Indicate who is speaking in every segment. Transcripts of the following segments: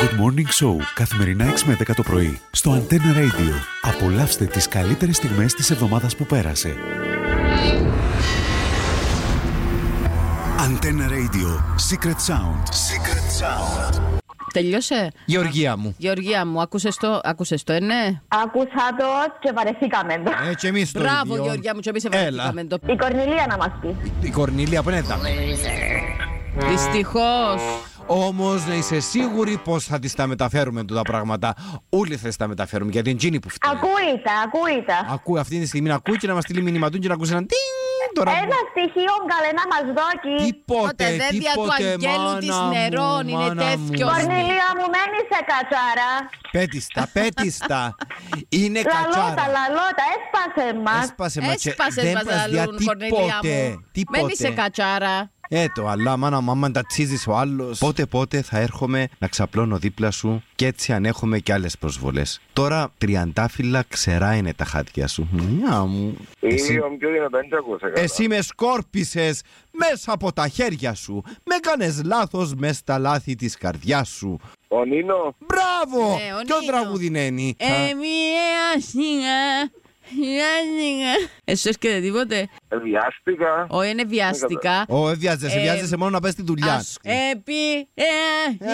Speaker 1: Good Morning Show καθημερινά 6 με 10 το πρωί στο Antenna Radio. Απολαύστε τις καλύτερες στιγμές της εβδομάδας που πέρασε. Antenna Radio Secret Sound. Secret Sound.
Speaker 2: Τελειώσε.
Speaker 3: Γεωργία μου.
Speaker 2: Γεωργία μου, άκουσες το, άκουσες το, ε, ναι.
Speaker 4: Άκουσα το και βαρεθήκαμε το.
Speaker 3: Ε, και εμείς το
Speaker 2: Μπράβο,
Speaker 3: ίδιο.
Speaker 2: Γεωργία μου, και εμείς
Speaker 3: Έλα.
Speaker 2: ευαίσθηταμε το.
Speaker 4: Η Κορνηλία να μας πει.
Speaker 3: Η Κορνίλια πέντα.
Speaker 2: Δυστυχώς.
Speaker 3: Όμως να είσαι σίγουρη πως θα τη τα μεταφέρουμε τούτα πράγματα. Όλοι θα τη τα μεταφέρουμε γιατί είναι τζίνι που φταίει.
Speaker 4: Ακούει τα, ακούει τα.
Speaker 3: Ακούει αυτή τη στιγμή να ακούει και να μας στείλει μήνυμα του και να ακούσει έναν τίνγκ τώρα.
Speaker 4: Ένα στοιχείο καλέ να μας δώσει.
Speaker 3: Τίποτε,
Speaker 2: Τότε δεν δια του
Speaker 3: τίποτε,
Speaker 2: αγγέλου
Speaker 3: μάνα
Speaker 2: της
Speaker 3: μου,
Speaker 2: νερών, είναι
Speaker 3: μάνα μου.
Speaker 2: τέτοιος.
Speaker 4: Κορνηλία
Speaker 3: ναι.
Speaker 4: μου μένεις σε κατσάρα.
Speaker 3: Πέτιστα, πέτιστα. Είναι
Speaker 4: Λαλότα,
Speaker 3: Ε, κατσάρα.
Speaker 4: λαλότα, έσπασε μας.
Speaker 3: Έσπασε μας και
Speaker 2: Έσπασες
Speaker 3: δεν
Speaker 2: μας
Speaker 3: μας δια
Speaker 2: λαλούν, Κορνελιά
Speaker 3: τίποτε.
Speaker 2: μου.
Speaker 3: Τίποτε.
Speaker 2: Μένεις σε κατσάρα.
Speaker 3: Ε, το αλλά, μάνα μου, άμα τα τσίζεις ο άλλος.
Speaker 5: Πότε πότε θα έρχομαι να ξαπλώνω δίπλα σου και έτσι ανέχομαι και άλλες προσβολές. Τώρα τριαντάφυλλα ξερά είναι τα χάτια σου. Μια μου.
Speaker 6: Εσύ... Είμαι πιο δυνατόν και ακούσα καλά.
Speaker 3: Εσύ με σκόρπισες μέσα από τα χέρια σου. Με κάνες λάθος μέσα στα λάθη της καρδιάς σου.
Speaker 6: Ο Νίνο,
Speaker 3: Μπράβο!
Speaker 2: Ναι, ο Ε,
Speaker 3: Ποιο
Speaker 2: Νίνο.
Speaker 3: τραγουδινένει.
Speaker 2: Εμία σιγά. Εσύ έρχεται τίποτε.
Speaker 6: βιάστηκα.
Speaker 2: Όχι, είναι βιαστικά.
Speaker 3: Ω, ε, βιάζεσαι,
Speaker 2: Ε,
Speaker 3: βιάζεσαι μόνο να πες τη δουλειά.
Speaker 2: Ας- Επί. ε,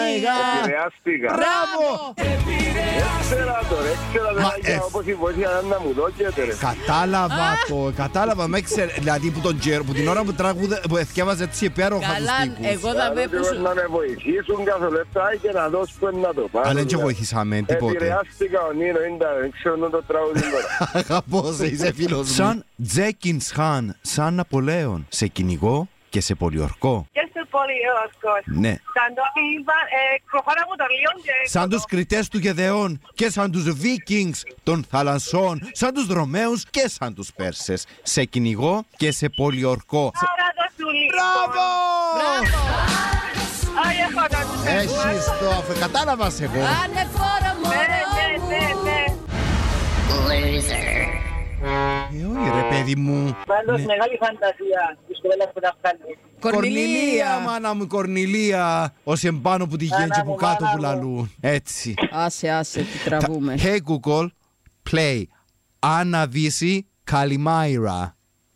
Speaker 2: σιγά.
Speaker 6: Επηρεάστηκα.
Speaker 3: Μπράβο!
Speaker 6: Έξερα το, ρε, έξερα το,
Speaker 3: Μα,
Speaker 6: Άγια,
Speaker 3: ε,
Speaker 6: όπως η βοήθεια να μου δώκεται, ρε.
Speaker 3: Κατάλαβα το, κατάλαβα, με ξέρε, δηλαδή που, τον, τζε- που την ώρα που τραγουδε, που εθιάβαζε έτσι υπέροχα τους
Speaker 2: Καλά,
Speaker 3: τύπους.
Speaker 2: εγώ θα
Speaker 6: Καλό
Speaker 2: με που
Speaker 6: τυχόν
Speaker 2: σου.
Speaker 6: Να με βοηθήσουν κάθε λεπτά και να δώσουν να το πάρουν.
Speaker 3: Αλλά δεν και
Speaker 6: ρε.
Speaker 3: βοηθήσαμε, τίποτε.
Speaker 6: Επηρεάστηκα ο Νίνο, ήταν, δεν ξέρω το τραγούδι τώρα.
Speaker 3: Αγαπώ σε, είσαι φίλος μου.
Speaker 5: Σαν Τζέκιν Χάν, σαν Ναπολέον. Σε κυνηγώ και σε πολιορκώ.
Speaker 7: Και σε πολύ ωραίο.
Speaker 5: Ναι.
Speaker 7: Σαν το είπα, ε, κοχώρα μου το λίον και...
Speaker 3: σαν τους κριτές του Γεδεών και σαν τους Βίκινγκς των θαλασσών, σαν τους Ρωμαίους και σαν τους Πέρσες. Σε κυνηγώ και σε πολιορκώ. Σε-
Speaker 7: Τώρα το σου λίον.
Speaker 3: Μπράβο!
Speaker 7: Άι, έχω να τους
Speaker 3: Έχεις το, αφού κατάλαβα σε εγώ.
Speaker 2: Ανεφόρο
Speaker 7: Ναι, ναι, ναι,
Speaker 2: μόνο μου.
Speaker 7: ναι.
Speaker 3: Ε, όχι ρε παιδί μου.
Speaker 7: Πάντως μεγάλη φαντασία της κοπέλας που τα βγάλει.
Speaker 3: Κορνηλία, μάνα μου, Κορνηλία. Όσοι εμπάνω που τη
Speaker 7: Μάνα
Speaker 3: γέντζε
Speaker 7: μου,
Speaker 3: που κάτω
Speaker 7: μάνα
Speaker 3: που
Speaker 7: μου.
Speaker 3: λαλούν. Έτσι.
Speaker 2: Άσε, άσε, τι
Speaker 3: Τα- Ε,
Speaker 2: τραβούμε.
Speaker 3: Hey Google, play. Άννα Βύση, Καλιμάιρα.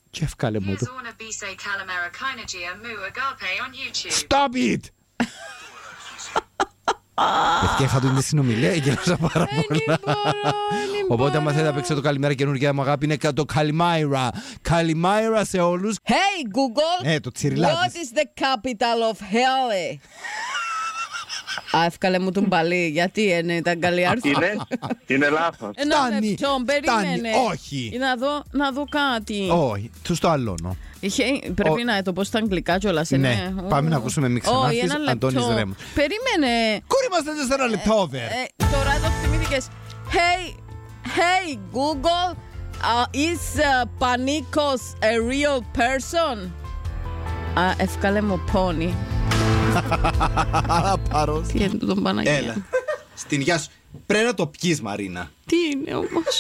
Speaker 3: Και έφκαλε μου το.
Speaker 8: Zona Bise Calamera Kynagia Mu Agape on YouTube.
Speaker 3: Stop it! Και είχα του είναι συνομιλία, γέλασα πάρα
Speaker 2: Ε,
Speaker 3: πολλά. Οπότε, άμα θέλετε να παίξετε το καλημέρα καινούργια μου αγάπη, είναι το Καλημάιρα. Καλημάιρα σε όλους.
Speaker 2: Hey Google,
Speaker 3: Ναι, το τσιριλάκι.
Speaker 2: what is the capital of hell? Α, έφκαλε μου τον παλί, γιατί ε, ναι, ήταν καλή άρθρο. Ε,
Speaker 6: Είναι, είναι λάθος.
Speaker 2: Ένα
Speaker 3: Φτάνει,
Speaker 2: λεπτό, περίμενε. Ε,
Speaker 3: φτάνει, όχι.
Speaker 2: Να δω, να δω κάτι.
Speaker 3: Όχι, τους το αλώνω.
Speaker 2: Είχε- πρέπει
Speaker 3: Ο-
Speaker 2: να ε, το πω στα αγγλικά κιόλας, ε,
Speaker 3: Ναι, πάμε να ακούσουμε μην
Speaker 2: Όχι,
Speaker 3: ξανάρθεις,
Speaker 2: ένα λεπτό.
Speaker 3: Αντώνης Ρέμος.
Speaker 2: Περίμενε.
Speaker 3: Κούρι μα δεν τέσσερα λεπτά over.
Speaker 2: Ε, τώρα το θυμήθηκες. Hey, hey Google, uh, is uh, Panikos a real person? Α, ευκάλε μου πόνι.
Speaker 3: Άρα πάρω.
Speaker 2: Τι είναι τον Παναγία.
Speaker 3: Έλα. Στην γεια σου. Πρέπει να το πιεις, Μαρίνα.
Speaker 2: Τι είναι όμως.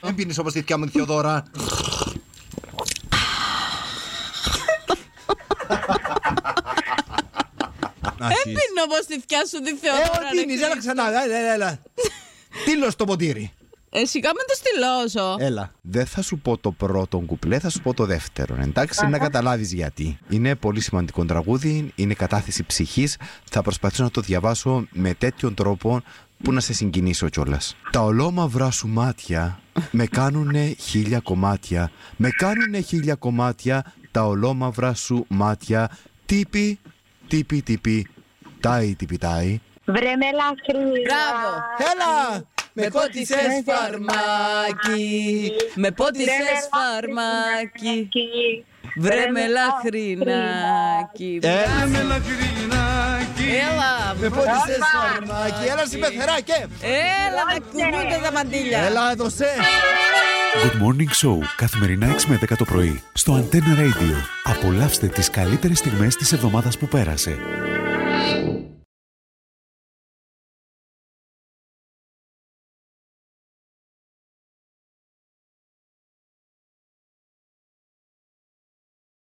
Speaker 3: Δεν πίνεις όπως τη δικιά μου τη Θεοδώρα. Να αρχίσεις.
Speaker 2: Έπινε όπως τη θκιά σου τη
Speaker 3: Ε,
Speaker 2: Θεοδώρα.
Speaker 3: ό, πίνεις, έλα ξανά, έλα, έλα, έλα. Τύλο στο ποτήρι.
Speaker 2: Εσύ κάμε το στυλώσω.
Speaker 3: Έλα.
Speaker 5: Δεν θα σου πω το πρώτο κουπλέ, θα σου πω το δεύτερο. Εντάξει, να καταλάβεις γιατί. Είναι πολύ σημαντικό τραγούδι, είναι κατάθεση ψυχής. Θα προσπαθήσω να το διαβάσω με τέτοιον τρόπο που να σε συγκινήσω κιόλας. Τα ολόμαυρά σου μάτια με κάνουνε χίλια κομμάτια. Με κάνουνε χίλια κομμάτια τα ολόμαυρα σου μάτια. Τύπη, τύπη, τύπη. Τάι, τύπη, τάι.
Speaker 4: Βρε με λαφρύρα.
Speaker 2: Μπράβο.
Speaker 3: Έλα! Με κότισες
Speaker 2: φαρμάκι, με πότισες φαρμάκι,
Speaker 4: Κι-
Speaker 2: βρε με λαχρινάκι.
Speaker 3: Έλα με
Speaker 2: Έλα,
Speaker 3: Με πότισες φαρμάκι. Έλα συμπεθεράκε.
Speaker 2: Έλα να κουνούνται τα μαντήλια.
Speaker 3: Έλα εδώ σε.
Speaker 1: Good Morning Show καθημερινά 6 με 10 το πρωί στο Antenna Radio. Απολαύστε τις καλύτερες στιγμές της εβδομάδας που πέρασε.